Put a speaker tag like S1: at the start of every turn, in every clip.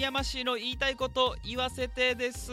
S1: 山市の言いたいこと言わせてです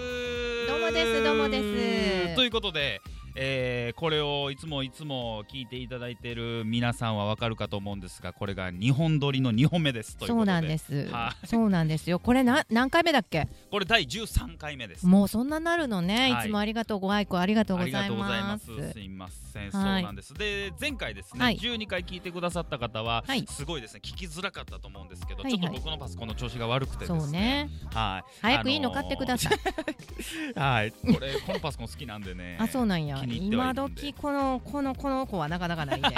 S2: どうもですどうもです
S1: ということで、えーこれをいつもいつも聞いていただいている皆さんはわかるかと思うんですがこれが2本撮りの2本目ですという
S2: そ
S1: こと
S2: う
S1: で
S2: なんです
S1: は。
S2: そうなんですよ。これな何回目だっけ？
S1: これ第13回目です
S2: もうそんななるのね。
S1: はい
S2: いつもありがとうご愛顧ありがとうご
S1: あ
S2: ざ
S1: りが
S2: い
S1: とうござい
S2: ま。
S1: ますす。すいません、そう
S2: はい
S1: なんです。で、前回ですね、
S2: はい
S1: 12回聞いてくださった方は、
S2: はい
S1: すごいですね、聞きづらかったと思うんですけど、
S2: はいはい
S1: ちょっと僕のパソコンの調子が悪くてです
S2: そ
S1: ね、
S2: うね。
S1: はい、
S2: 早くいいの買ってください。、
S1: はい、これ、このパソコン好きなんでね
S2: あそうなんや。
S1: 気に入ってはい
S2: 今
S1: るんで
S2: 時このこのこの子はなかなかな いね。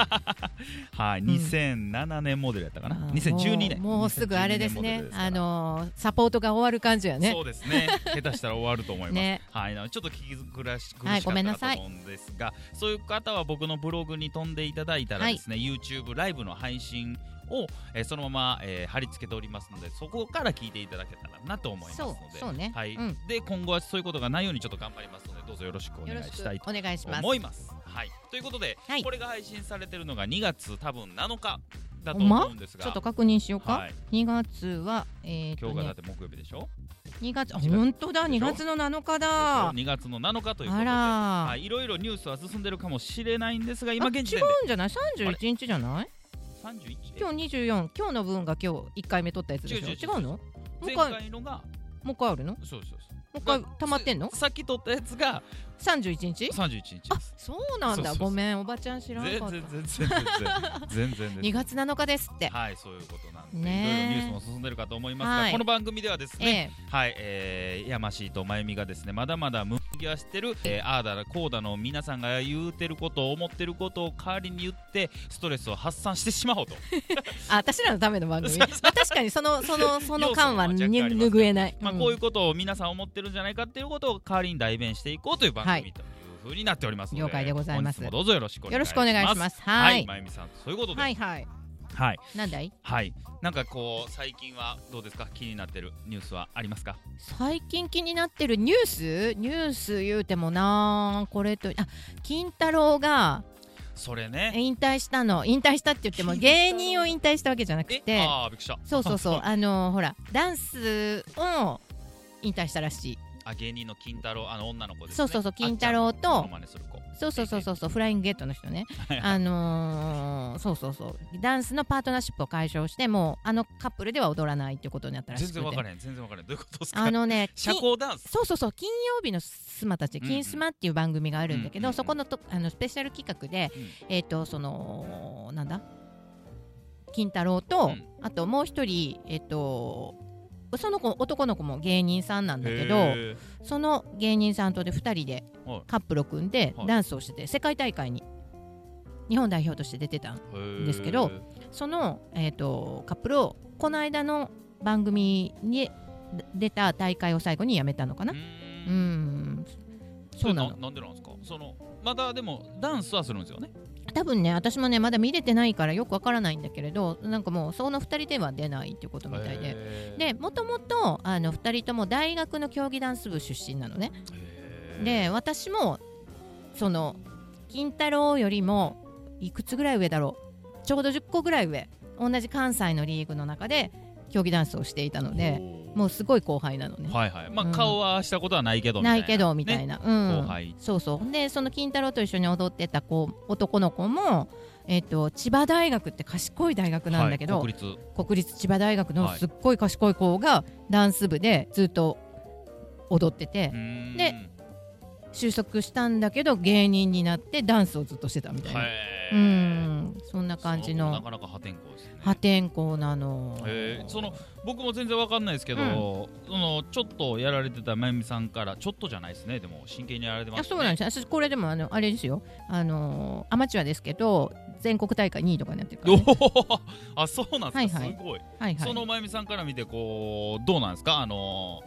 S1: はい、
S2: ん
S1: 2007年モデルやったかな、2012年、
S2: もうもうすぐあれです
S1: 2012年モデルです
S2: ね。
S1: から
S2: あのーサポートが終わる感じやね
S1: そ。うですね下手したら終わると思います、
S2: ね
S1: はい、なのでちょっと聞きづらし苦し
S2: は
S1: か
S2: いごめん
S1: っ
S2: な
S1: たか
S2: さい
S1: と思うんですが、そういう方は僕のブログに飛んでいただいたらですね、YouTube ライブの配信を、えーそのまま、えー貼り付けておりますのでそこから聞いていただけたらなと思いますので
S2: そうそうね
S1: はい
S2: うん
S1: で今後はそういうことがないようにちょっと頑張りますのでどうぞよろしくお
S2: よ
S1: 願い
S2: ろしく
S1: したいと
S2: お願いします。
S1: 思います。はい、ということで、
S2: はい
S1: これが配信されてるのが2月多分7日だと
S2: ほんま
S1: 思うんですが
S2: ちょっと確認しよう
S1: は
S2: か。
S1: い、
S2: 2月はえーっ
S1: 今
S2: と
S1: 日がだ
S2: ね
S1: って木曜日でしょ
S2: 2月あ本当
S1: で
S2: だ2
S1: しょ
S2: 月の7日だ。
S1: 2月の7日ということ
S2: あ
S1: で。
S2: ら
S1: はい、いろいろニュースは進んでるかもしれないんですが、今
S2: あ
S1: 現時点
S2: 違
S1: で
S2: うんじゃない31日じゃない
S1: 三十一。
S2: 今日24今日の分が今日1回目取ったやつでしょ
S1: 違
S2: 違
S1: う違う違う
S2: うのもう
S1: 前
S2: 一回も
S1: 回のが、
S2: う一回あるのも
S1: そうそうそう
S2: う一回溜まってんの
S1: ささっき撮ったやつが
S2: 31日
S1: 三十一日
S2: あ
S1: です。
S2: そうなん
S1: そうそう
S2: だ
S1: そう
S2: ごめんおばちゃん知らん
S1: 全
S2: かった
S1: 然全然全然全然です。
S2: 2月7日ですって
S1: はい、そういうことなんで、い
S2: ね
S1: ろいろ
S2: え
S1: ニュースも進んでるかと思いますが、
S2: はい
S1: この番組ではですね、
S2: ええ
S1: はい、えー、やましいとまゆみがですね、まだまだ無理はしてる、えー、ああだらこうだの皆さんが言うてること、思ってることを代わりに言って、ストレスを発散してしまおうと。
S2: あ私らのための番組まあ確かにそのそのその感は
S1: 要
S2: に
S1: 素も若干ありますね
S2: 拭えない
S1: まあ、
S2: うん
S1: こういうことを皆さん思ってるんじゃないかっていうことを代わりに代弁していこうという番組、
S2: はい
S1: というふうになっておりますので
S2: 了解でございます
S1: 本日もどうぞよろしくお
S2: よ
S1: 願
S2: ろ
S1: い
S2: し
S1: し
S2: くお
S1: ます
S2: 願いします
S1: は
S2: はいい
S1: まゆみさんそういうことで
S2: は
S1: はい
S2: いはい
S1: はい、
S2: なんだい
S1: なんかこう最近はどうですか気になってるニュースはありますか
S2: 最近気になってるニュースニュース言うてもなこれとあ金太郎が
S1: それね
S2: 引退したの引退したって言っても
S1: 金太郎
S2: 芸人を引退したわけじゃなくて
S1: ああびっくりした
S2: そうそうそうあのほらダンスを引退したらしい
S1: あ芸人の金太郎あの女の子ですね
S2: そうそうそう金太郎と
S1: あっちゃんのモノマネする子
S2: そうそうそうそうそうフライングゲットの人ねあのーそうそうそうダンスのパートナーシップを解消してもうあのカップルでは踊らないっていうことになったらし
S1: 全
S2: くて
S1: 然わからへん全然わからへんどういうことですか
S2: あのね
S1: 社
S2: 金
S1: 交ダンス
S2: そうそうそう金曜日のスマたち
S1: うんうん
S2: 金スマっていう番組があるんだけ
S1: うんうん
S2: ど、
S1: うん
S2: そこのとあのスペシャル企画で、
S1: う
S2: えっ、とそのなんだ金太郎と、
S1: うん
S2: あともう一人えっ、とその子男の子も芸人さんなんだけ
S1: へ
S2: ど
S1: ー
S2: その芸人さんとで2人で
S1: はい
S2: カップルを組んで
S1: はい
S2: ダンスをしてて世界大会に日本代表として出てた
S1: へー
S2: ですけどその、えー、とカップルをこの間の番組にで出た大会を最後にやめたのか
S1: う
S2: な
S1: ーん
S2: うんそうなの
S1: んでなんですかそのまだでもダンスはするんですよね
S2: 多分ね私もねまだ見れてないからよくわからないんだけれどなんかもうその2人では出ないっていうことみたいで。
S1: へー
S2: でもともとあの2人とも大学の競技ダンス部出身なのね
S1: へー
S2: で私もその金太郎よりもいくつぐらい上だろうちょうど10個ぐらい上同じ関西のリーグの中で競技ダンスをしていたので
S1: おー
S2: もうすごい後輩なのね
S1: はいはいまあ、
S2: うん
S1: 顔はしたことはないけどみた
S2: ないいけどみた
S1: ね
S2: いな、うん
S1: 後輩
S2: そうそうでその金太郎と一緒に踊ってた子男の子も、えっと千葉大学って賢い大学なんだけ
S1: は
S2: ど、
S1: い、国立
S2: 国立千葉大学の
S1: はい
S2: すっごい賢い子がダンス部でずっと踊ってて
S1: う、ーん
S2: で就職したんだけど芸人になってダンスをずっとしてたみたいな、
S1: へー
S2: うんそんな感じ
S1: その子もなか
S2: の
S1: なか破天荒ですね
S2: 破天荒なの
S1: へーその僕も全然わかんないですけど、そのちょっとやられてたまゆみさんからちょっとじゃないですねでも真剣にやられてます、
S2: あ
S1: ね、
S2: そうなんです私これでもあのあれですよあのアマチュアですけど全国大会2位とかになってるから、
S1: お
S2: ね、
S1: ー あそうなんですか、
S2: はいは
S1: す
S2: い
S1: ごい
S2: はいは
S1: そ
S2: い
S1: のまゆみさんから見てこうどうなんですかあの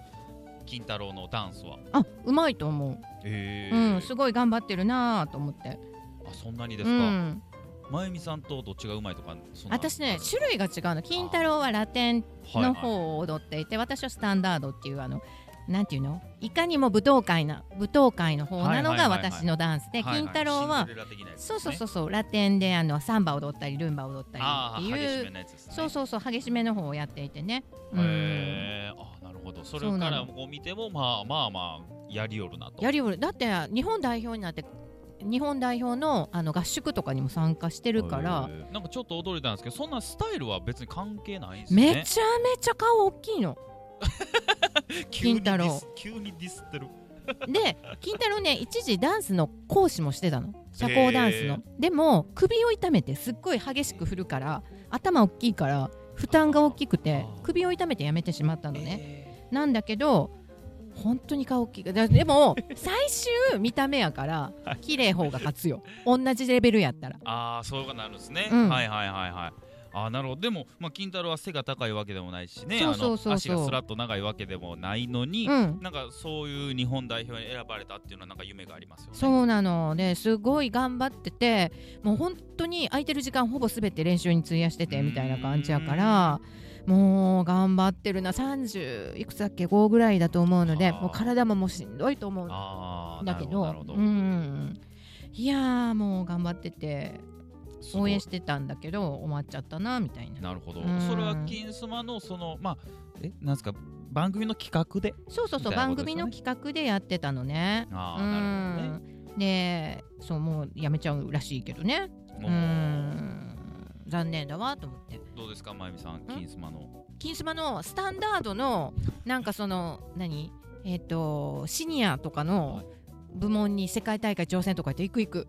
S1: ー金太郎のダンスは。
S2: あうまいと思う
S1: え
S2: うん、すごい頑張ってるなぁと思って。
S1: あそんなにで
S2: う
S1: すか。
S2: ん、
S1: まゆみさんとどっちがうまいとかそんな
S2: 私ね、種類が違うの。金太郎はラテン
S1: はいは
S2: の
S1: い
S2: 方を踊っていて、私はスタンダードっていうあの。なんていうのいかにも舞踏会な舞踏会の方なの
S1: はいはい
S2: が
S1: はいはい
S2: 私のダンスで、
S1: はい
S2: 金太郎
S1: シン
S2: は
S1: デレラ的なやつです
S2: そ
S1: ね
S2: うそうそうそうラテンであのサンバ踊ったりルンバ踊ったり
S1: ああ
S2: っ
S1: 激
S2: て
S1: し
S2: い
S1: め
S2: う
S1: なやつですね。
S2: そうそうそう激しめの方をやっていてね、うん
S1: へえあなるほそうそれからも見てもまあまあまあやりよるなと
S2: やりよるだって日本代表になって日本代表のあの合宿とかにも参加してるから、
S1: へーなんかちょっと驚いたんですけどそんなスタイルは別に関係ないんですね
S2: めちゃめちゃ顔大きいの。金太郎
S1: 急にディスってる
S2: で金太郎ね一時ダンスの講師もしてたの社交ダンス
S1: へ
S2: のでも首を痛めてすっごい激しく振るから頭大きいから負担が大きくて
S1: あー
S2: 首を痛めてやめてしまったのね
S1: ね
S2: なんだけど本当に顔大きいだでも最終見た目やから綺麗方が勝つよ同じレベルやったら
S1: ああそうなるんですね、
S2: うん
S1: はいはいはいはいあーなるほどでも、まあ、金太郎は背が高いわけでもないしね
S2: そうそうそうそう
S1: あの足がスラッと長いわけでもないのに、
S2: うん
S1: なんかそういう日本代表に選ばれたっていうのはなんか夢がありますよね
S2: そうなのですごい頑張っててもう本当に空いてる時間ほぼ全て練習に費やしててみたいな感じやからもう頑張ってるな30いくつだっけ5ぐらいだと思うので
S1: あー
S2: もう体ももうしんどいと思う
S1: ああ
S2: んだけど
S1: なるほど
S2: う
S1: なる
S2: んいやーもう頑張ってて
S1: ほどすご
S2: 応
S1: い
S2: 援してたんだけど終わっちゃったなみたいな
S1: なるほど
S2: うん
S1: それは金スマのそのまあえなんですか番組の企画で
S2: そうそうそう、
S1: みたいなこ
S2: 番
S1: とです
S2: 組
S1: よね
S2: の企画でやってたのね
S1: あ
S2: う
S1: あなるほどね
S2: んでそうもうやめちゃうらしいけどねう
S1: も
S2: ーん残念だわと思って
S1: どうですかまゆみさん金スマの
S2: 「金スマ」のスタンダードのなんかその何えっ、とシニアとか
S1: は
S2: の
S1: い
S2: 部門に世界大会挑戦とかやって行く行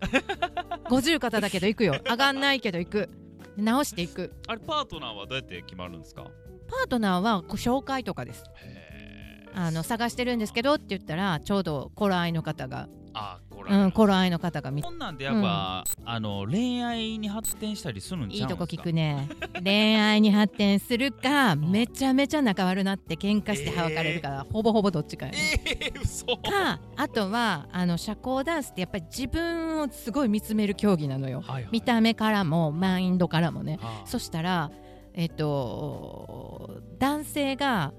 S2: く50肩だけど行くよ上がんないけど行く直していく
S1: あれパートナーはどうやって決まるんですか
S2: パートナーはご紹介とかです
S1: へー
S2: あの探してるんですけどって言ったらちょうど頃合いの方が、
S1: あご覧
S2: うん、頃合いの方が見
S1: こんなんでやっぱ、あの恋愛に発展したりするんち
S2: い
S1: ゃ
S2: い
S1: うんで
S2: と
S1: す
S2: こ
S1: か
S2: 聞 くね恋愛に発展するか
S1: ん
S2: めちゃめちゃ仲悪なって喧嘩してはわかれるから、ほぼほぼどっちかやね
S1: えー、嘘
S2: かあとはあの社交ダンスってやっぱり自分をすごい見つめる競技なのよ
S1: はいはい
S2: 見た目からもマインドからもね
S1: あー
S2: そしたらえっと男性が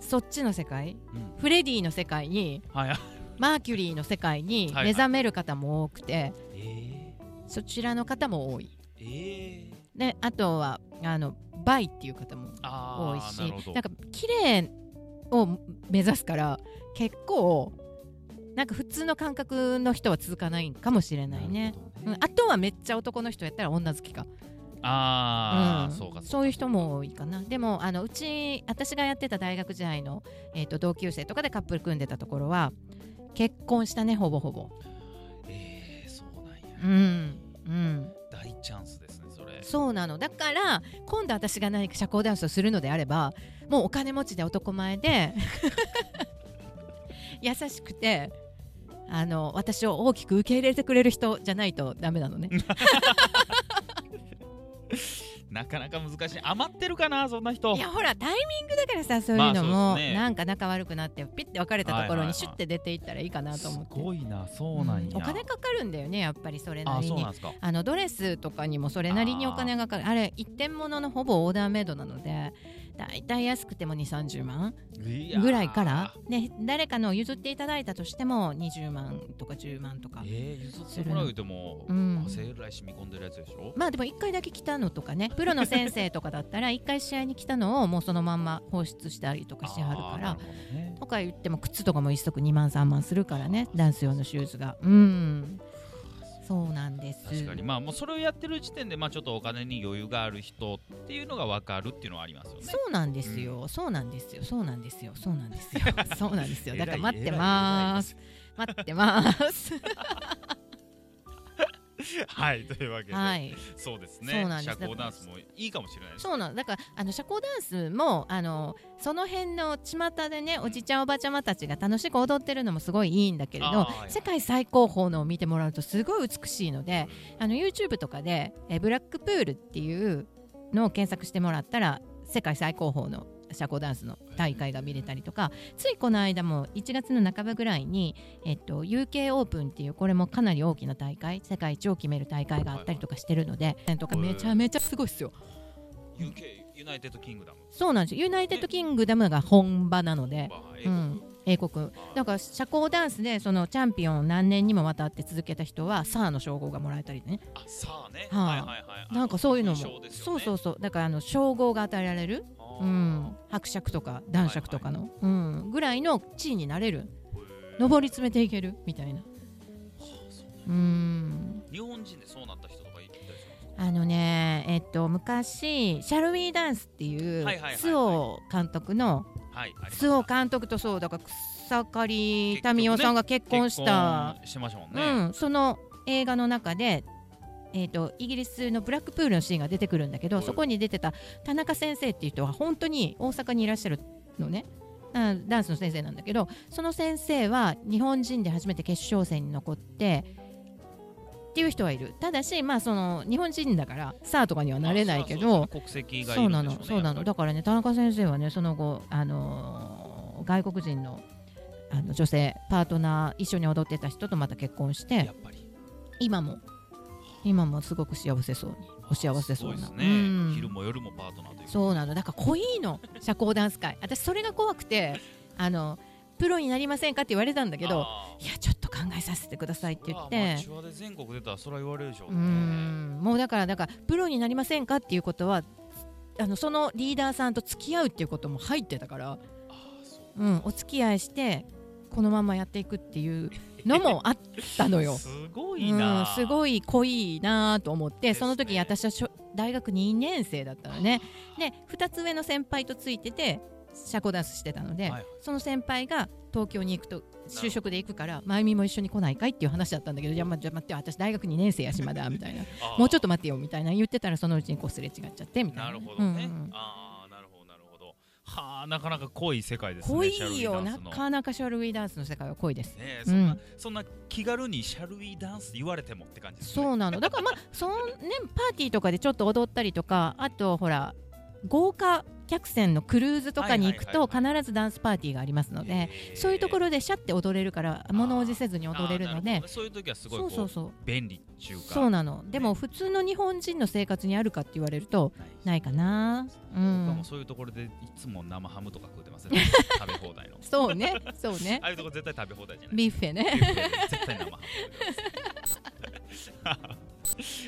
S2: そっちの世界、
S1: うん
S2: フレディの世界に
S1: はいはい
S2: マーキュリーの世界に
S1: はいはい
S2: 目覚める方も多くて、
S1: えー、
S2: そちらの方も多い
S1: えー、
S2: であとはあのバイっていう方も多
S1: あ
S2: い
S1: ー
S2: し
S1: なるほど
S2: なんか綺麗を目指すから結構なんか普通の感覚の人は続かないかもしれないね
S1: るほ
S2: う
S1: ど
S2: ん、あとはめっちゃ男の人やったら女好きか
S1: あー、
S2: ん
S1: そうか
S2: そういう人も多いかなでもあのうち私がやってた大学時代の、えー、と同級生とかでカップル組んでたところは結婚したねほぼほぼ
S1: えー、そうなんや、
S2: うんうん
S1: 大チャンスですねそれ
S2: そうなのだから今度私が何か社交ダンスをするのであればもうお金持ちで男前で 優しくてあの私を大きく受け入れてくれる人じゃないとダメな のね
S1: なかなか難しい余ってるかなそんな人
S2: いやほらタイミングだからさそういうのも、
S1: まあそうですね
S2: なんか仲悪くなってピッて別れたとこ
S1: はいは
S2: ろ
S1: いは
S2: に
S1: い
S2: シュッて出ていったらいいかなと
S1: す
S2: 思って、
S1: ごいなそうなんや、
S2: うんお金かかるんだよねやっぱりそれな
S1: あー
S2: り
S1: そう
S2: に
S1: なんですか
S2: あのドレスとかにもそれなりにお金がかかるあれ一点物のほぼオーダーメイドなのでだいたい安くても2 3 0万
S1: いやー
S2: ぐらいから、ね、誰かの譲っていただいたとしても20万とか10万とか、
S1: えー、譲ってもらうても、
S2: うん
S1: 生来染み込んでるやつでしょ
S2: まあでも1回だけ来たのとかねプロの先生とかだったら1回試合に来たのをもうそのまんま放出したりとかしてはる
S1: あ
S2: か
S1: ーな
S2: ら
S1: るほどね
S2: とか言っても靴とかも一足2万3万するからねダンス用のシューズがうんそうなんです
S1: 確かにまあもうそれをやってる時点でまあちょっとお金に余裕がある人っていうのが分かるっていうのはありますよね。
S2: そうなんですよ、そうなんですよそうなんで すよそうなんですよそうなんですよだから待って
S1: ま
S2: ます。待ってます
S1: 偉いはいというわけで、
S2: はい
S1: そうです
S2: そ
S1: ね
S2: うなんです
S1: 社交ダンスもいいかもしれないです。
S2: そうなのだからあの社交ダンスもあのその辺の巷でねおじちゃんおばちゃまたちが楽しく踊ってるのもすごいいいんだけれ
S1: あー
S2: ど
S1: はいはい
S2: 世界最高峰のを見てもらうとすごい美しいのであの YouTube とかでえブラックプールっていうのを検索してもらったら世界最高峰の社交ダンスの大会が見れたりとかついこの間も1月の半ばぐらいに、えっと、UK オープンっていうこれもかなり大きな大会世界一を決める大会があったりとかしてるので、とかめちゃめちゃすごいですよ。
S1: UK ユナイテッドキングダム、
S2: そうなんですよユナイテッドキングダムが本場なので、
S1: まあ英
S2: う
S1: 国
S2: ん、英国だから社交ダンスでそのチャンピオンを何年にもわたって続けた人はサーの称号がもらえたりね
S1: あさあね、
S2: はあ
S1: はいはいはいはい、
S2: なんかそういうのも、
S1: 勲章です
S2: そ
S1: よ
S2: う
S1: ね
S2: そうそうだからあの称号が与えられる
S1: あ
S2: うん、伯爵とか男爵とかの、うん、ぐらいの地位になれる上り詰めていけるみたいなうん
S1: 日本人でそうなった人とかいたりするんですか
S2: あのねえっと昔「シャルウィーダンス」っていう
S1: はいはいはいはい
S2: 周防監督の
S1: はい、ありました
S2: 周防監督とそうだから草刈民代さんが結婚した、
S1: 結婚してましたもん
S2: う
S1: ね。
S2: ん、その映画の中で、えっとイギリスのブラックプールのシーンが出てくるんだけど、
S1: はい
S2: そこに出てた田中先生っていう人は本当に大阪にいらっしゃるのね。あダンスの先生なんだけどその先生は日本人で初めて決勝戦に残ってっていう人はいるただし、まあ、その日本人だからスターとかにはなれないけど、
S1: まあそうそうそう国籍がい
S2: そ
S1: る
S2: う
S1: でし
S2: んな
S1: ょね
S2: の、そうな
S1: や
S2: の。
S1: っぱ
S2: だからね、田中先生はね、その後、あのー外国人の。あの女性パートナー一緒に踊ってた人とまた結婚し
S1: り
S2: て
S1: やっぱり
S2: 今も今もすごく幸せそうにお幸せそう
S1: すごい
S2: な
S1: ですね、
S2: うん
S1: 昼も夜もパートナーというか
S2: そうなのだから濃いの社交ダンス会私それが怖くてあのプロになりませんかって言われたんだけど
S1: あ
S2: いやちょっと考えさせてくださいって言っ
S1: それは
S2: て
S1: アマチュアで全国出たらそれは言われるでしょ
S2: う
S1: うね。
S2: んもうだからだからプロになりませんかっていうことはあのそのリーダーさんと付き合うっていうことも入ってたから
S1: あーそう
S2: うん、お付き合いしてこのままやっていくっていうのもあ ったのよ。
S1: すごいな、
S2: うん、すごい濃いなと思って、
S1: ですね
S2: その時私はしょ大学2年生だったのねで2つ上の先輩とついてて社交ダンスしてたので、
S1: はいはい
S2: その先輩が東京に行くと就職で行くから真由美も一緒に来ないかいっていう話だったんだけどじゃあまあじゃあ待ってよ私大学2年生やしまだみたいな
S1: あー
S2: もうちょっと待ってよみたいな言ってたらそのうちにこうすれ違っちゃってみたいな
S1: なるほどね。
S2: うんうん
S1: ああなるほどなるほど。はあなかなか濃い世界ですね。
S2: 濃
S1: シャルウィ
S2: いよ
S1: ダ
S2: な
S1: ンスの
S2: かなかシャルウィーダンスの世界は濃いです。
S1: ねえそんな、
S2: うん
S1: そんな気軽にシャルウィーダンス言われてもって感じですね。
S2: そうなのだからまあそのねパーティーとかでちょっと踊ったりとかあとほら豪華客船のクルーズとかに行く
S1: は
S2: と
S1: いは
S2: 必
S1: い
S2: ずダンスパーティーがありますので
S1: へえ
S2: そういうところでシャって踊れるから物おじせずに踊れるの
S1: あーな
S2: で
S1: ほどそういう時はすごいこ
S2: そううそうそう
S1: 便利っていうか
S2: そうなのでも普通の日本人の生活にあるかって言われるとないかなう
S1: 僕はも
S2: ん
S1: うそういうところでいつも生ハムとか食うてます ね食べ放題の
S2: そうねそうね
S1: ああいうとこ絶対食べ放題じゃない
S2: ビュッフェね
S1: 絶対生ハム食べますね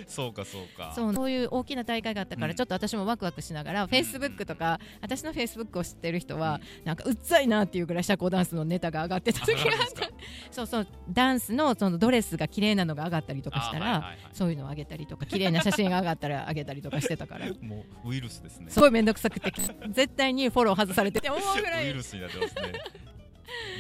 S1: そうかそうか
S2: そうそういう大きな大会があったか
S1: う
S2: ら
S1: ん
S2: ちょっと私もワクワクしながらフェイスブックとか私のフェイスブックを知ってる人は
S1: う
S2: なんかうっざいなっていうぐらい社交ダンスのネタが上がってた時
S1: ん
S2: が
S1: あ
S2: あ
S1: そうなんで
S2: っ
S1: す
S2: た
S1: か
S2: そうそうダンスのそのドレスが綺麗なのが上がったりとかしたら、
S1: あはいはいはい
S2: そういうのをあげたりとか綺麗な写真が上がったらあげたりとかして たから
S1: もうウイルスですね
S2: すごい面倒くさくて絶対にフォロー外され てって思うぐら
S1: ウイ
S2: い
S1: ルスになってますね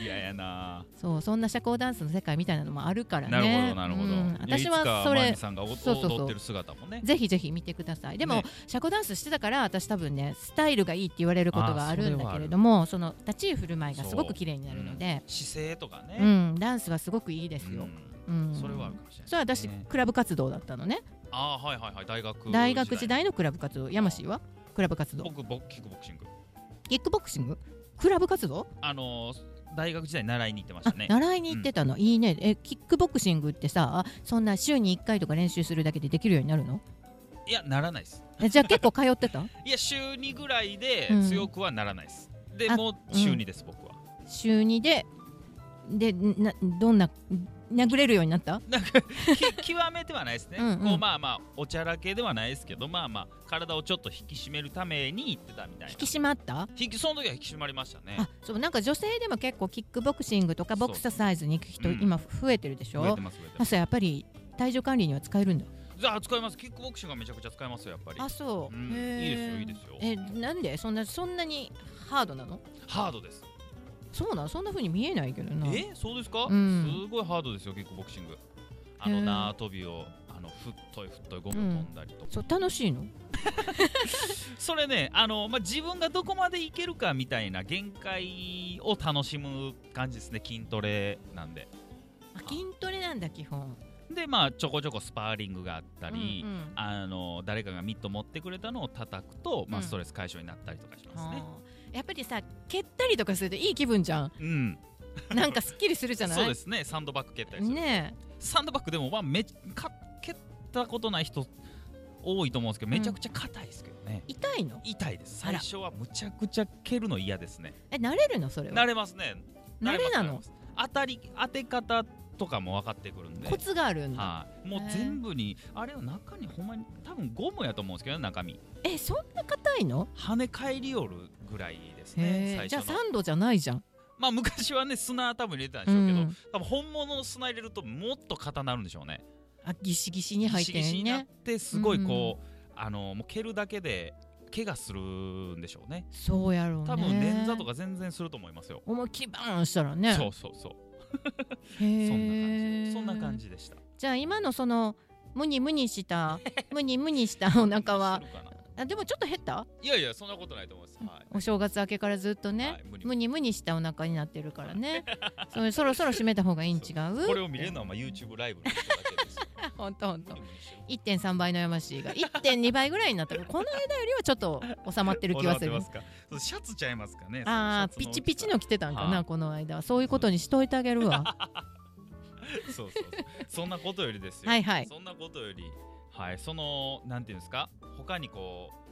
S1: いややな
S2: そうそんな社交ダンスの世界みたいなのもあるからね
S1: なるほどなるほど、
S2: うん私はい
S1: やいつか
S2: そ
S1: マイ
S2: れ
S1: ミさんがお
S2: そうそうそう
S1: 踊ってる姿もね
S2: ぜひぜひ見てくださいでも、
S1: ね
S2: 社交ダンスしてたから私多分ねスタイルがいいって言われることがあるんだけれどもその立ち居振る舞いがすごく綺麗になるので
S1: 姿勢とか
S2: う、
S1: ね、
S2: ん、ダンスはすごくいいですよ、うん
S1: うんそれはあるかもしれない、ね、
S2: それは私、クラブ活動だったのね
S1: あーはいはいはい大学
S2: 大学時代のクラブ活動山氏はクラブ活動
S1: 僕ボキックボクシング
S2: キックボクシングクラブ活動、
S1: あのー大学時代習いに行ってまし
S2: あ
S1: たね
S2: 習いに行ってたの、いいねえキックボクシングってさそんな週に1回とか練習するだけでできるようになるの
S1: いやならないです
S2: えじゃあ結構通ってた
S1: いや週2ぐらいで
S2: うん
S1: 強くはならないです、で
S2: あ
S1: もう週2です、僕は
S2: 週2ででなどんな殴れるようになった
S1: き 極めてはないですね
S2: うんうん
S1: こうまあまあおちゃらけではないですけどまあまあ体をちょっと引き締めるために行ってたみたいな
S2: 引き締まった
S1: 引きその時は引き締まりましたね
S2: あそうなんか女性でも結構キックボクシングとかボクササイズに行く人
S1: そううん
S2: 今増えてるでし
S1: 増え
S2: ょ
S1: て、ます増えて
S2: あ
S1: ます
S2: そうやっぱり体重管理には使えるんだ
S1: じゃあ使いますキックボクシングがめちゃくちゃ使えますよやっぱり
S2: あそう、
S1: うん
S2: へー
S1: いいですよいいですよ
S2: えなんでそんなそんなにハードなの
S1: ハードです
S2: そうなんそんな風に見えないけどな
S1: えそうですか、
S2: うん
S1: すごいハードですよキックボクシングあ
S2: へ
S1: の
S2: ー
S1: 縄跳びをあのふっといふっといゴム飛んだりとか、
S2: そう楽しいの
S1: それねあの、まあ、自分がどこまでいけるかみたいな限界を楽しむ感じですね筋トレなんで
S2: あ筋トレなんだ基本
S1: でまあちょこちょこスパーリングがあったり、
S2: うんうん
S1: あの誰かがミット持ってくれたのを叩くと、まあ、
S2: うん
S1: ストレス解消になったりとかしますね。
S2: はあやっぱりさ蹴ったりとかするといい気分じゃん
S1: うん、
S2: なんかすっきりするじゃない
S1: そうですねサンドバッグ蹴ったりする、
S2: ね
S1: サンドバッグでも、まあ、めか蹴ったことない人多いと思うんですけどめちゃくちゃ硬いですけどね
S2: え、痛いの
S1: 痛いです
S2: あ
S1: 最
S2: ら
S1: 初はむちゃくちゃ蹴るの嫌ですね
S2: え慣れるのそれ
S1: 慣
S2: は
S1: れますね
S2: 慣れな
S1: 慣れま
S2: の
S1: す当たり当て方とかも分かってくるんで
S2: コツがあるんだ、
S1: はい、もう全部にあれは中にほんまに多分ゴムやと思うんですけどね中身
S2: えそんな硬いの
S1: 跳ね返りおるぐらいですね
S2: へえ
S1: 最
S2: じゃあ
S1: 初の
S2: サンドじゃないじゃん
S1: まあ昔はね砂多分入れてたんでしょうけど、
S2: うん
S1: 多分本物の砂入れるともっと硬なるんでしょうね
S2: あギシギシに入って
S1: ギシギシ
S2: ん
S1: になっ
S2: ね
S1: てすごいこう、あのもう蹴るだけで怪我するんでしょうね
S2: そうやろうね
S1: 多分捻挫とか全然すると思いますよ、
S2: 思いっきりバーンしたらね
S1: そうそうそうそんな感
S2: そん
S1: じそんな感じでした
S2: じゃあ今のそのムニムニした ムニムニしたお腹は
S1: するかな
S2: あでもちょっと減った
S1: いやいやそんなことないと思います、はい
S2: お正月明けからずっとね、
S1: はい無理
S2: ムニムニしたお腹になってるか らねそれそろそろ締めた方がいいん違う
S1: これを見れるのはまあ YouTube ライブの人だけ ですよ
S2: 本当本当1.3倍の山氏が1.2倍ぐらいになったからこの間よりはちょっと収まってる気はす
S1: こだわ
S2: る
S1: ってますか そうシャツちゃいますかね
S2: あー
S1: そ
S2: ピ
S1: のシ
S2: チ
S1: ャツ
S2: ピチの着てたんか
S1: は
S2: ないこの間はそういうことにしといてあげるわ
S1: そうそうそうそんなことよりですよ
S2: はいはい
S1: そんなことよりはいそのなんていうんですか他にこう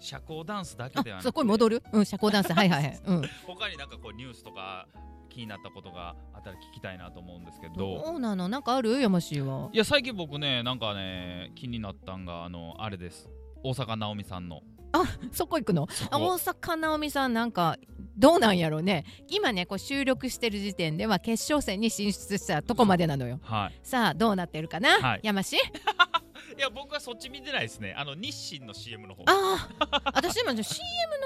S1: 社交ダンスだけ
S2: あ
S1: ではなくて
S2: そこに戻るうん社交ダンスはいは いはい、うん、
S1: 他になんかこうニュースとか気になったことがあったら聞きたいなと思うんですけど
S2: どうなのなんかある山氏はい
S1: や最近僕ねなんかね気になったんがあのあれです大坂なおみさんの
S2: そこ行くの
S1: そ
S2: あ
S1: こ
S2: 大坂なおみさんなんかどうなんやろうね今ねこう収録してる時点では決勝戦に進出したとこまでなのよ
S1: はい
S2: さあどうなってるかな、
S1: はい
S2: 山氏
S1: いや僕はそっち見てないですねあの日清の CM の方
S2: あ あ私今 CM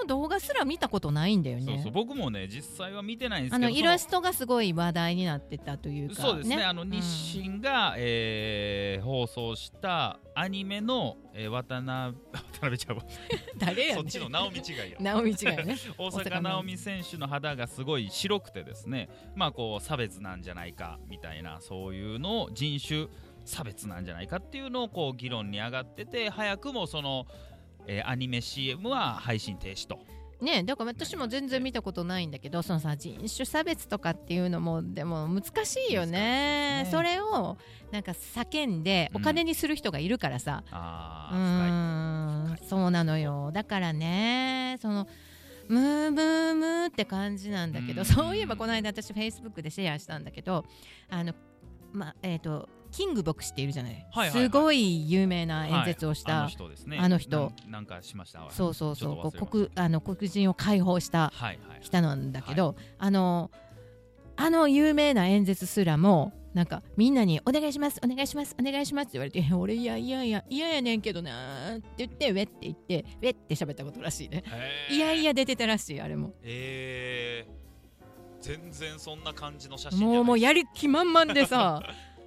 S2: の動画すら見たことないんだよね
S1: そうそう僕もね実際は見てないんです
S2: あ
S1: けど
S2: のイラ
S1: そ
S2: ストがすごい話題になってたという
S1: の
S2: か
S1: そうですね
S2: ね
S1: あの日清が、えー放送したアニメの、えー渡辺渡辺ちゃうわ
S2: 誰やね
S1: そ
S2: ん
S1: っちの直美違いや
S2: 直美違い ね
S1: 大
S2: 大
S1: 坂
S2: 坂
S1: な
S2: な
S1: お
S2: お
S1: み
S2: み
S1: 選手の肌がすごい白くてですねまあこう差別なんじゃないかみたいなそういうのを人種差別なんじゃないかっていうのをこう議論に上がってて早くもその、えーアニメ CM は配信停止と
S2: ねだから私も全然見たことないんだけどそのさ人種差別とかっていうのもでも難しいよね
S1: 難しいですね
S2: それをなんか叫んでお金にする人がいるからさ、う
S1: あ
S2: ー
S1: 深い
S2: ん
S1: 深い
S2: そうなのよだからねそのムームームーって感じなんだけ
S1: う
S2: ど
S1: ん
S2: そういえばこの間私フェイスブックでシェアしたんだけどあのまあえっ、とキング牧師っているじゃない,、
S1: はいはいはい
S2: すごい有名な
S1: あ
S2: 演説をし
S1: はい
S2: た、
S1: あの人ですね
S2: あの人
S1: なんなんかしました
S2: そうそうそう
S1: ちょっと忘れました
S2: こう黒あの黒人を解放した
S1: はいはい
S2: 人なんだけど、あのあの有名な演説すらもなんかみんなに「お願いしますお願いしますお願いします」って言われていや「 俺いやいやいやいややねんけどな」って言って「ウェ」って言って「ウェ」って喋ったことらしいね。
S1: へー
S2: いやいや出てたらしいあれも
S1: えー、全然そんな感じの写真じゃない
S2: もうもうや
S1: り
S2: る気満々 でさ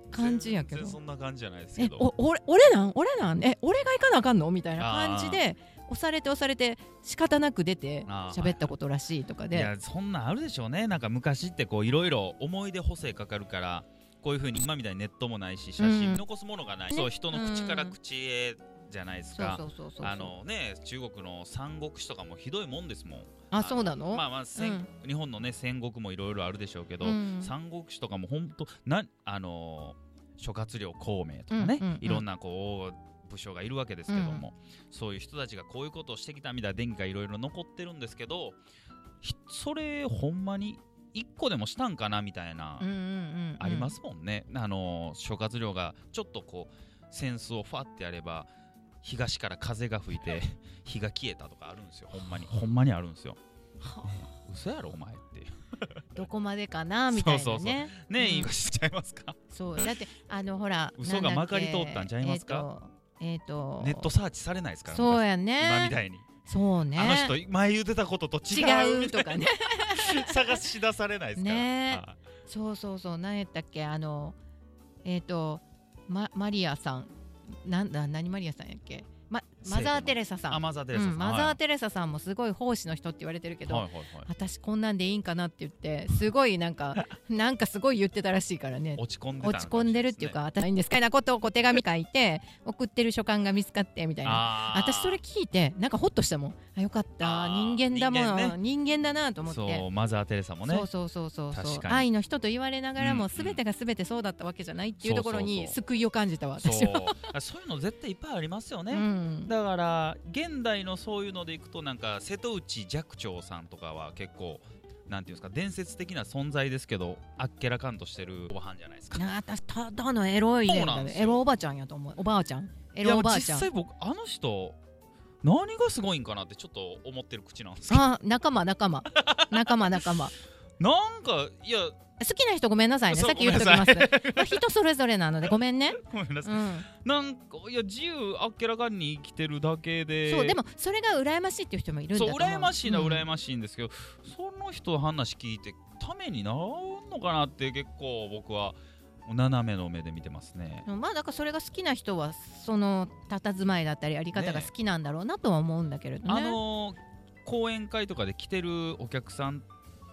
S2: 感じやけ
S1: 全然そ
S2: ど
S1: んな感じじゃないですけ
S2: え
S1: ど
S2: お俺俺なん俺なんえ俺が行かなあかんのみたいな感じで押されて押されて仕方なく出て
S1: あー
S2: 喋ったことらしいとか
S1: い
S2: で
S1: やそんなんあるでしょうねなんか昔ってこういろいろ思い出補正かかるからこういうふうに今みたいにネットもないし写
S2: う
S1: 真
S2: ん
S1: 残すものがない、
S2: ね
S1: そう人の口から
S2: うん
S1: 口へじゃないです
S2: そう
S1: か、
S2: そうそうそう
S1: あのね中国の三国志とかもひどいもんですもん
S2: あそうなの
S1: まあまあ戦日本のね戦国もいろいろあるでしょうけど、
S2: うん
S1: 三国志とかも本当なあのー諸葛亮孔明とかね、
S2: うんうんうん
S1: いろんなこう武将がいるわけですけども、そういう人たちがこういうことをしてきたみたいな伝記がいろいろ残ってるんですけどひそれほんまに一個でもしたんかなみたいな、
S2: うんうんうんうん
S1: ありますもんね、あのー諸葛亮がちょっとこう扇子をファってやれば東から風が吹いて火が消えたとかあるんですよほんまにほんまにあるんですよ
S2: は
S1: 嘘やろお前っていう
S2: どこまでかなみたいなね
S1: そうそうねえ、
S2: うん
S1: 言い方しちゃいますか
S2: そうだってあのほら
S1: 嘘が
S2: なんだっけ
S1: まかり通ったんちゃいますか
S2: えっ、ー、と,、
S1: ネットサーチされないですから
S2: そう
S1: 昔
S2: や
S1: 今み
S2: ね
S1: たいに、
S2: そうね
S1: あの人前言ってたことと違う
S2: 違うとかね
S1: 探し出されないですから、
S2: ねえ
S1: はい
S2: そうそうそう何やったっけあのえっ、ー、と、ま、マリアさんなんだ何マリアさんやっけ、ま、マザー・テレサさん
S1: あマザーテレサさん、
S2: うんマザー・テレサさんもすごい奉仕の人って言われてるけど、
S1: はいはいはいはい
S2: 私こんなんでいいんかなって言ってすごいな んかなんかすごい言ってたらしいからね
S1: 落ち込んでたのかも
S2: 落ち込んでるっていうか、私いいんですかみたいなことをこう手紙書いて送ってる書簡が見つかってみたいな
S1: あー
S2: 私それ聞いてなんかほっとしたもんあよかった
S1: あー
S2: 人間だもん
S1: 人
S2: 人
S1: 間
S2: 間,、だなと思って
S1: そうマザーテレサもね
S2: そうそうそうそうそう
S1: 確かに
S2: 愛の人と言われながら
S1: うん
S2: も全てが全てそうだったわけじゃないっていうところ
S1: そう
S2: に
S1: そう
S2: 救いを感じたわ
S1: そう
S2: 私は。
S1: あそういうの絶対いっぱいありますよね、
S2: うん
S1: だから現代のそういうのでいくとなんか瀬戸内寂聴さんとかは結構なんていうんですか伝説的な存在ですけどあっけらかんとしてるおばはんじゃないですか。
S2: な私ただのエロいね
S1: そうなんですよ
S2: エロおばちゃんやと思うおばあちゃんエロおばあち
S1: いや
S2: ゃ
S1: 実
S2: ん
S1: 際僕あの人何がすごいんかなってちょっと思ってる口なんですけど
S2: あ仲間仲間仲間仲 間好
S1: なんかいや
S2: きな人ごめんなさいね
S1: そう
S2: さっき言っときますまあ人それぞれなのでごめんね、
S1: ごめんな
S2: う
S1: さい、
S2: ん、
S1: なんかいや自由あっけらかんに生きてるだけで
S2: そうでもそれが羨ましいっていう人もいるんだ
S1: そ
S2: と
S1: う
S2: 思う
S1: 羨ましいのは
S2: うん
S1: 羨ましいんですけど、その人の話聞いてためになるのかなって結構僕は斜めの目で見てますね。
S2: まあだからそれが好きな人はその佇まいだったりやり方が好きなんだろうなとは思うんだけれどね。
S1: あのー講演会とかで来てるお客さん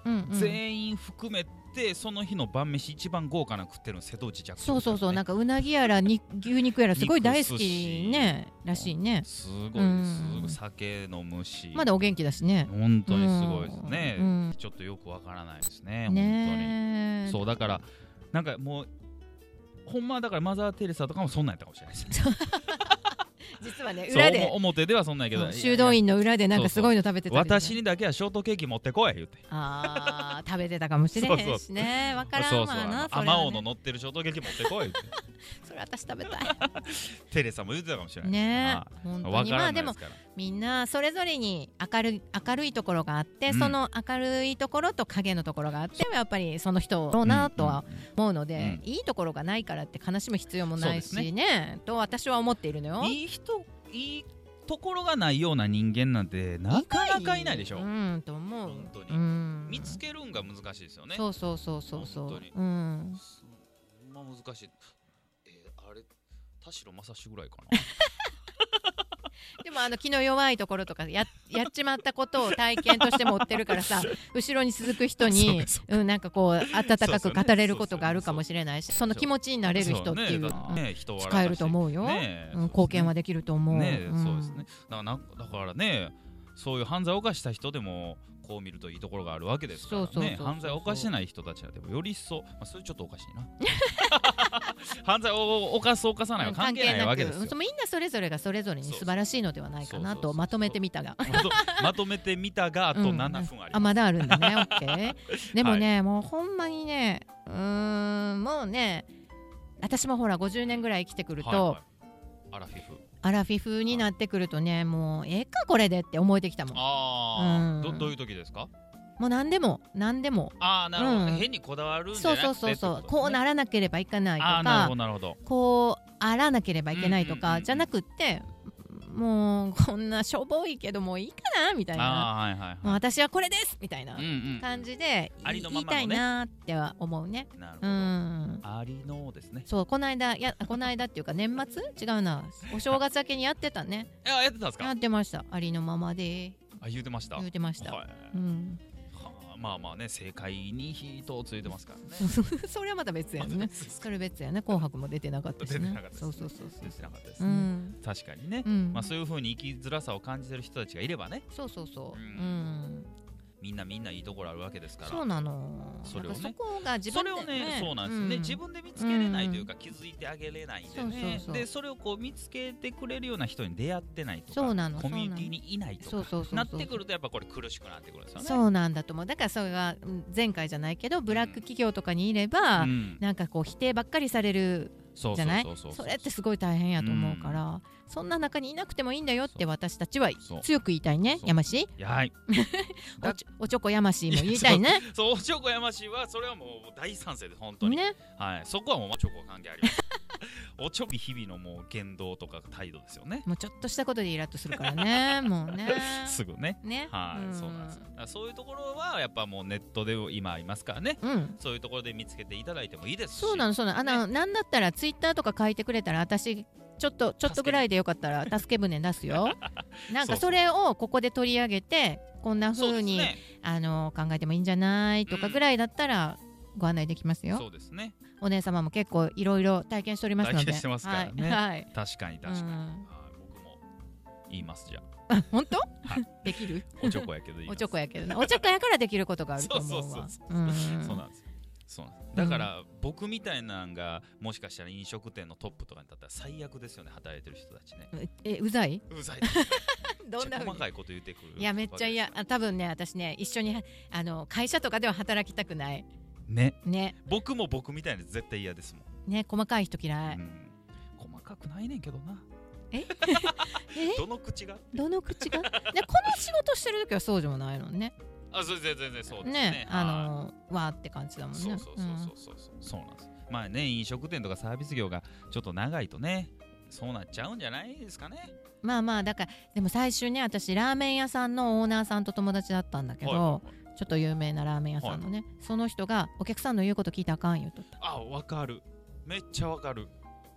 S2: うんうん
S1: 全員含めて、その日の晩飯一番豪華なの食ってるの瀬戸内寂聴
S2: そうそうそう、なん
S1: か
S2: かうなぎやらに牛肉やらすごい大好きねらしいね。
S1: すごい
S2: うん
S1: すごい酒飲むし
S2: まだお元気だしね。
S1: 本当にすごいですね、
S2: うん
S1: ちょっとよくわからないですね本当に。
S2: ねえ
S1: そうだからなんかもうほんまはだからマザー・テレサとかもそんなんやったかもしれないですね。
S2: 実はね
S1: そう
S2: 裏で
S1: お表ではそんなんやけ
S2: そ
S1: ど
S2: う修道
S1: いやい
S2: 院の裏でなんかすごいの食べて
S1: や
S2: たりとかね
S1: 私にだけはショートケーキ持ってこい言って
S2: あー食べてたかもしれへんしねわからん
S1: そう
S2: わ
S1: そう
S2: な
S1: あの
S2: それは
S1: 甘
S2: ね
S1: 王の乗ってるショートケーキ持ってこい言って
S2: それ私食べた
S1: テレサも言ってたかもしれない
S2: いね
S1: は
S2: え本
S1: い
S2: 当
S1: わ
S2: に
S1: か
S2: ま
S1: らな
S2: あで
S1: いで
S2: も
S1: すから
S2: みんなそれぞれに明るい明るいところがあって、
S1: うん
S2: その明るいところと影のところがあってやっぱりその人だろうなとは思うので、いいところがないからって悲しむ必要もないし
S1: そうで
S2: ねと私は思っているのよ。
S1: いい人いいところがないような人間なんてなかなかいないでしょ
S2: うんと思う。
S1: 本当に
S2: うん、
S1: 見つけるんが難しいですよね
S2: そうそうそうそうそう。
S1: 本当に
S2: うん。
S1: そんな難しいえーあれ田代正史ぐらいか な
S2: でもあの気の弱いところとかややっちまったことを体験として持ってるか らさ後ろに続く人に
S1: そう
S2: うんなんかこう温かく語れることがあるかもしれないし
S1: そう
S2: その気持ちになれる人っていうの
S1: そ
S2: は
S1: ねね人を笑かし
S2: 使えると思うよ、
S1: ねえ
S2: うん、貢献はできると思う。
S1: ねえ
S2: ん
S1: そうですねだからなだからねそういう犯罪を犯した人でもこう見るといいところがあるわけですからね
S2: そうそうそうそう
S1: 犯罪を犯してない人たちはでもより一層、まあ、それちょっとおかしいな 犯罪を犯す犯さないは関係ないわけです
S2: う
S1: よ
S2: んみんなそれぞれがそれぞれに素晴らしいのではない
S1: そうそ
S2: かな
S1: うそう
S2: と
S1: そう
S2: まとめてみたが。
S1: まとまとめてみたがあと7
S2: う
S1: 分
S2: ん
S1: あります、
S2: あまだあるんだ ね、オッケー。でもね、もうほんまにね、うーん、もうね、私もほら50年ぐらい生きてくると、
S1: はいはいアラフィフ
S2: アラフィフになってくるとね、もうええかこれでって思えてきたもん。
S1: ああ、
S2: うん
S1: どどういう時ですか
S2: もう何でも何でも。
S1: ああなるほど、
S2: うん
S1: 変にこだわるんじゃ
S2: そう
S1: なくて
S2: そうそうそう、こうな
S1: ら
S2: らなければいけないと
S1: ああーなる
S2: か
S1: ほど、なるほど
S2: こうあらなければいけないと
S1: うんうんうん
S2: か
S1: うん
S2: じゃなくって、もうこんなしょぼいけどもういいかなみたいな、
S1: ああーはいはい
S2: もう
S1: は、
S2: 私はこれですみたいな
S1: う
S2: い
S1: んうん、
S2: 感じで
S1: あり
S2: い
S1: の
S2: 言
S1: ま
S2: い
S1: ま
S2: た
S1: のね
S2: いなーっては思うね。
S1: なるほ
S2: う
S1: ど、
S2: ん
S1: ありのですね
S2: そうこの間やこの間っていうか年末違うなお正月明けにやって たね
S1: えあやってたんです
S2: や
S1: か
S2: ってましたありのままで
S1: あ言うてました
S2: 言うてました、
S1: はい
S2: うん、
S1: はあまあまあね正解に人をついてますからね
S2: それはまた別や
S1: また
S2: ね
S1: 別です
S2: それ別やね紅白も出てなかったし
S1: 出てな
S2: ね
S1: かったです
S2: そうそうそうそう
S1: 出てなかったです
S2: う
S1: ね、
S2: ん
S1: 確かにね、
S2: うん
S1: まあ、そういうふうに生きづらさを感じてる人たちがいればね
S2: そうそうそう
S1: う
S2: うんん
S1: みんなみんないいところあるわけですから
S2: そうなの
S1: それをね
S2: なんかそこが自
S1: それ
S2: 分で
S1: をねそうなんですよね、自分で見つけれないというか、気づいてあげれないんでね
S2: そうそうそう
S1: でそれをこう見つけてくれるような人に出会ってないとか
S2: そうなの
S1: コミュニティにいないとか
S2: そうそうそうそう
S1: なってくるとやっぱこれ苦しくなってくるんですよね
S2: そうなんだと思うだからそれがうん前回じゃないけどブラック企業とかにいれば、
S1: うん
S2: なんかこう否定ばっかりされる
S1: そう
S2: じ
S1: そう
S2: ゃない
S1: そうそう
S2: それってすごい大変やと思うから、そんな中にいなくてもいいんだよって私たちは
S1: そう
S2: 強く言いたいね
S1: そう
S2: やましい
S1: いやはいだ
S2: おちおちょこやましいも言いたいね
S1: そうおちょこやましいはそれはもう大賛成です本当に、
S2: ね
S1: はい、そこはもうおちょこは関係ありません おちょび日々のもう言動とか態度ですよね
S2: もうちょっとしたことでイラッとするか らねもうね
S1: すぐね
S2: ね
S1: はい、
S2: ん
S1: そうなんですよだからそういうところはやっぱもうネットで今いますからね
S2: うん
S1: そういうところで見つけていただいてもいいですし
S2: そうなのそうなのあの、なんだったらツイッターとか書いてくれたら私ちょっとちょっとぐらいでよかったら助け舟出 すよなんかそれをここで取り上げてこんな
S1: そうで
S2: 風
S1: す
S2: に、
S1: ね
S2: あの考えてもいいんじゃないとかぐらいだったらご案内できますよ、
S1: そうですね
S2: お姉様も結構いろいろ体験しておりますの
S1: 体
S2: で
S1: 験してますからね
S2: はい、はい
S1: 確かに確かに、
S2: うん
S1: は い僕も言いますじゃあ
S2: あ本当
S1: はい
S2: できる
S1: おちょこやけど言いま
S2: お
S1: す
S2: ちょこやけどなおちょこやからできることがあると思うわ
S1: そうそうそう
S2: うん
S1: そうなんですよそうなんですだから僕みたいなんがもしかしたら飲食店のトップとかに立ったら最悪ですよね働いてる人たちね
S2: えうざいう
S1: ざいです
S2: どん
S1: めっちゃ
S2: なふう
S1: 細
S2: に
S1: かいこと言ってくる
S2: いやめっちゃ嫌あ多分ね私ね一緒にあの会社とかでは働きたくない
S1: ね
S2: ね
S1: 僕も僕みたいな絶対嫌ですもん、
S2: ね細かい人嫌い、
S1: うん細かくないねんけどな
S2: え
S1: どの口が
S2: どの 口がでこの仕事してる時はそうでもないのね
S1: あそう全然全然そうですね
S2: ねあ
S1: はい
S2: のわーって感じだもんね
S1: そうそうそう
S2: うん
S1: そうそうそう、そうなんですまあね飲食店とかサービス業がちょっと長いとねそうなっちゃうんじゃないですかね
S2: まあまあだからでも最終ね私ラーメン屋さんのオーナーさんと友達だったんだけど、
S1: はい
S2: ちょっと有名なラーメン屋さんのね、その人がお客さんの言うこと聞いたらあかんよと、
S1: あわかるめっちゃわかる、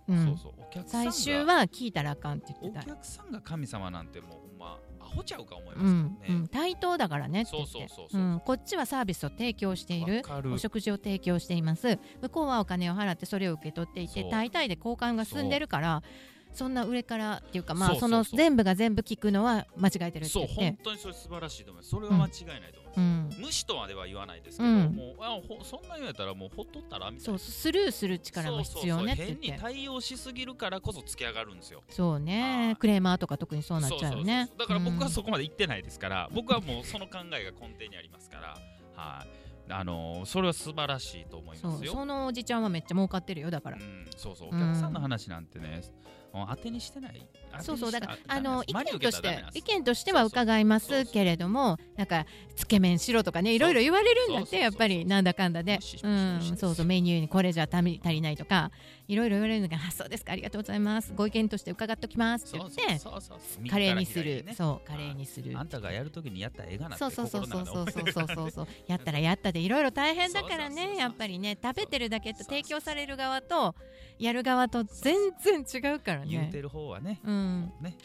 S2: うん
S1: そうそうお客さんが
S2: 最終は聞いたらあかんって
S1: お
S2: 言ってた
S1: 客さんが神様なんてもうほんまアホちゃうか思いうます
S2: ん
S1: け
S2: う
S1: ど
S2: ん
S1: ね、
S2: 対等だからねって言って
S1: そうそうそうそう
S2: うんこっちはサービスを提供してい
S1: わ
S2: る
S1: かる
S2: お食事を提供しています向こうはお金を払ってそれを受け取っていて
S1: そう
S2: 大体で交換が進んでるからそんな上からっていうかまあ
S1: そうそうそう
S2: の全部が全部聞くのは間違えてるって
S1: そ
S2: 言
S1: う
S2: って
S1: 本当にそれ素晴らしいと思いますそれは間違いないと思います、
S2: うん、
S1: 無視とまでは言わないですけど、
S2: うん
S1: もうあほそんなん言うんやったらもうほっとったらみたい
S2: そう
S1: な
S2: スルーする力も必要ねっ
S1: そう
S2: て
S1: そうそう変
S2: 言っ
S1: に
S2: て
S1: 対応しすぎるからこそつけ上がるんですよ
S2: そう
S1: あ
S2: ね
S1: ー
S2: クレーマーとか特にそうなっちゃ
S1: そう
S2: うよね
S1: そうそうそうだから僕はそこまで行ってないですから、僕はもうその考えが根底にありますからはいあのーそれは素晴らしいと思い
S2: うん
S1: ま
S2: そ
S1: す
S2: う
S1: よ
S2: そのおじちゃんはめっちゃ儲かってるよだから
S1: うん、そうそうお
S2: うん
S1: 客さんの話なんてね、うん当てにしてない
S2: そうそうだからあの意
S1: マ
S2: 見と
S1: ダ
S2: し
S1: メ
S2: て
S1: なんで
S2: 意
S1: す
S2: 見としては伺いま
S1: そうそう
S2: す
S1: そう
S2: けれどもなんかつけ麺しろとかねいろいろ言われるん
S1: そうそう
S2: だっ
S1: そうそ
S2: て
S1: う
S2: やっぱりなんだかんだで
S1: よしよし
S2: う
S1: よしよし
S2: んそうそうメニューにこれじゃ足り足りないとかいろいろ言われるんだからあそうですかありがとうございますご意見として伺っときますって
S1: そ
S2: 言っ
S1: う
S2: て
S1: そうそうそうそう
S2: カレーにす
S1: 右
S2: る
S1: から左にね
S2: そうカレーにする
S1: あんたがやるときにやったらええがなって
S2: そうそうそうそうそうそうそうそうそうやったら
S1: や
S2: やったでいろいろ大変だか
S1: そう
S2: ら
S1: そうそうそ
S2: ね
S1: う
S2: やっぱりね食べてるだけと
S1: そうそう
S2: 提供される側とやる側と全然違うから
S1: 言う
S2: ね
S1: てる方はね
S2: うん
S1: ね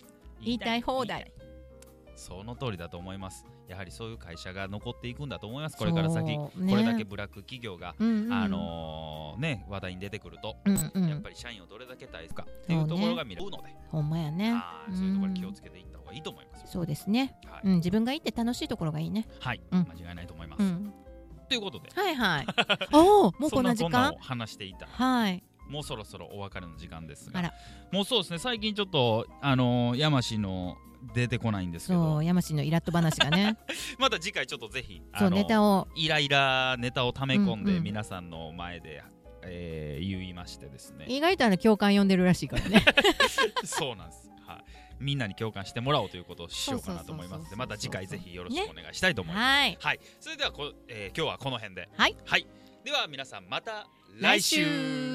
S2: 言いたい放題
S1: その通りだと思いますやはりそういう会社が残っていくんだと思いますこれから先、
S2: そう
S1: これだけ
S2: ね
S1: ブラック企業が、
S2: うんうん
S1: あのーね話題に出てくると、
S2: うんう
S1: やっ
S2: ん
S1: ぱり社員をどれだけ大切かっていう
S2: そ
S1: と
S2: うね
S1: ころが見れるので、
S2: ほんまやね
S1: はいそういうところに気をつけていった方がいいと思いますよ、
S2: そうですね
S1: はい
S2: うん自分がいいって楽しいところがいいね
S1: はい、
S2: うん
S1: 間違いないと思います、
S2: うん
S1: ということで
S2: はいはい おおもう
S1: そ
S2: こ
S1: ん
S2: んな
S1: な
S2: 時
S1: こんな
S2: 間
S1: を話していた
S2: はい
S1: もうそろそろお別れの時間です
S2: あ
S1: が
S2: ら
S1: もうそうですね最近ちょっとあのー、山氏の出てこないんですけ
S2: そ
S1: ど
S2: う山氏のイラッと話がね
S1: また次回ちょっとぜひ あ
S2: そう
S1: の
S2: ネタを
S1: イライラネタを溜め込ん
S2: うん
S1: で
S2: うん
S1: 皆さんの前で、えー言いましてですね
S2: 意外とあの共感呼んでるらし いからね
S1: そうなんです。はい。みんなに共感してもらおうということをしようかなと思いますの
S2: そうそうそうそ
S1: で、
S2: う
S1: また次回ぜひよろしくお願いしたいと思います。
S2: はい
S1: はい。それではこ、えー今日はこの辺で。
S2: はい。
S1: はい。では皆さんまた来週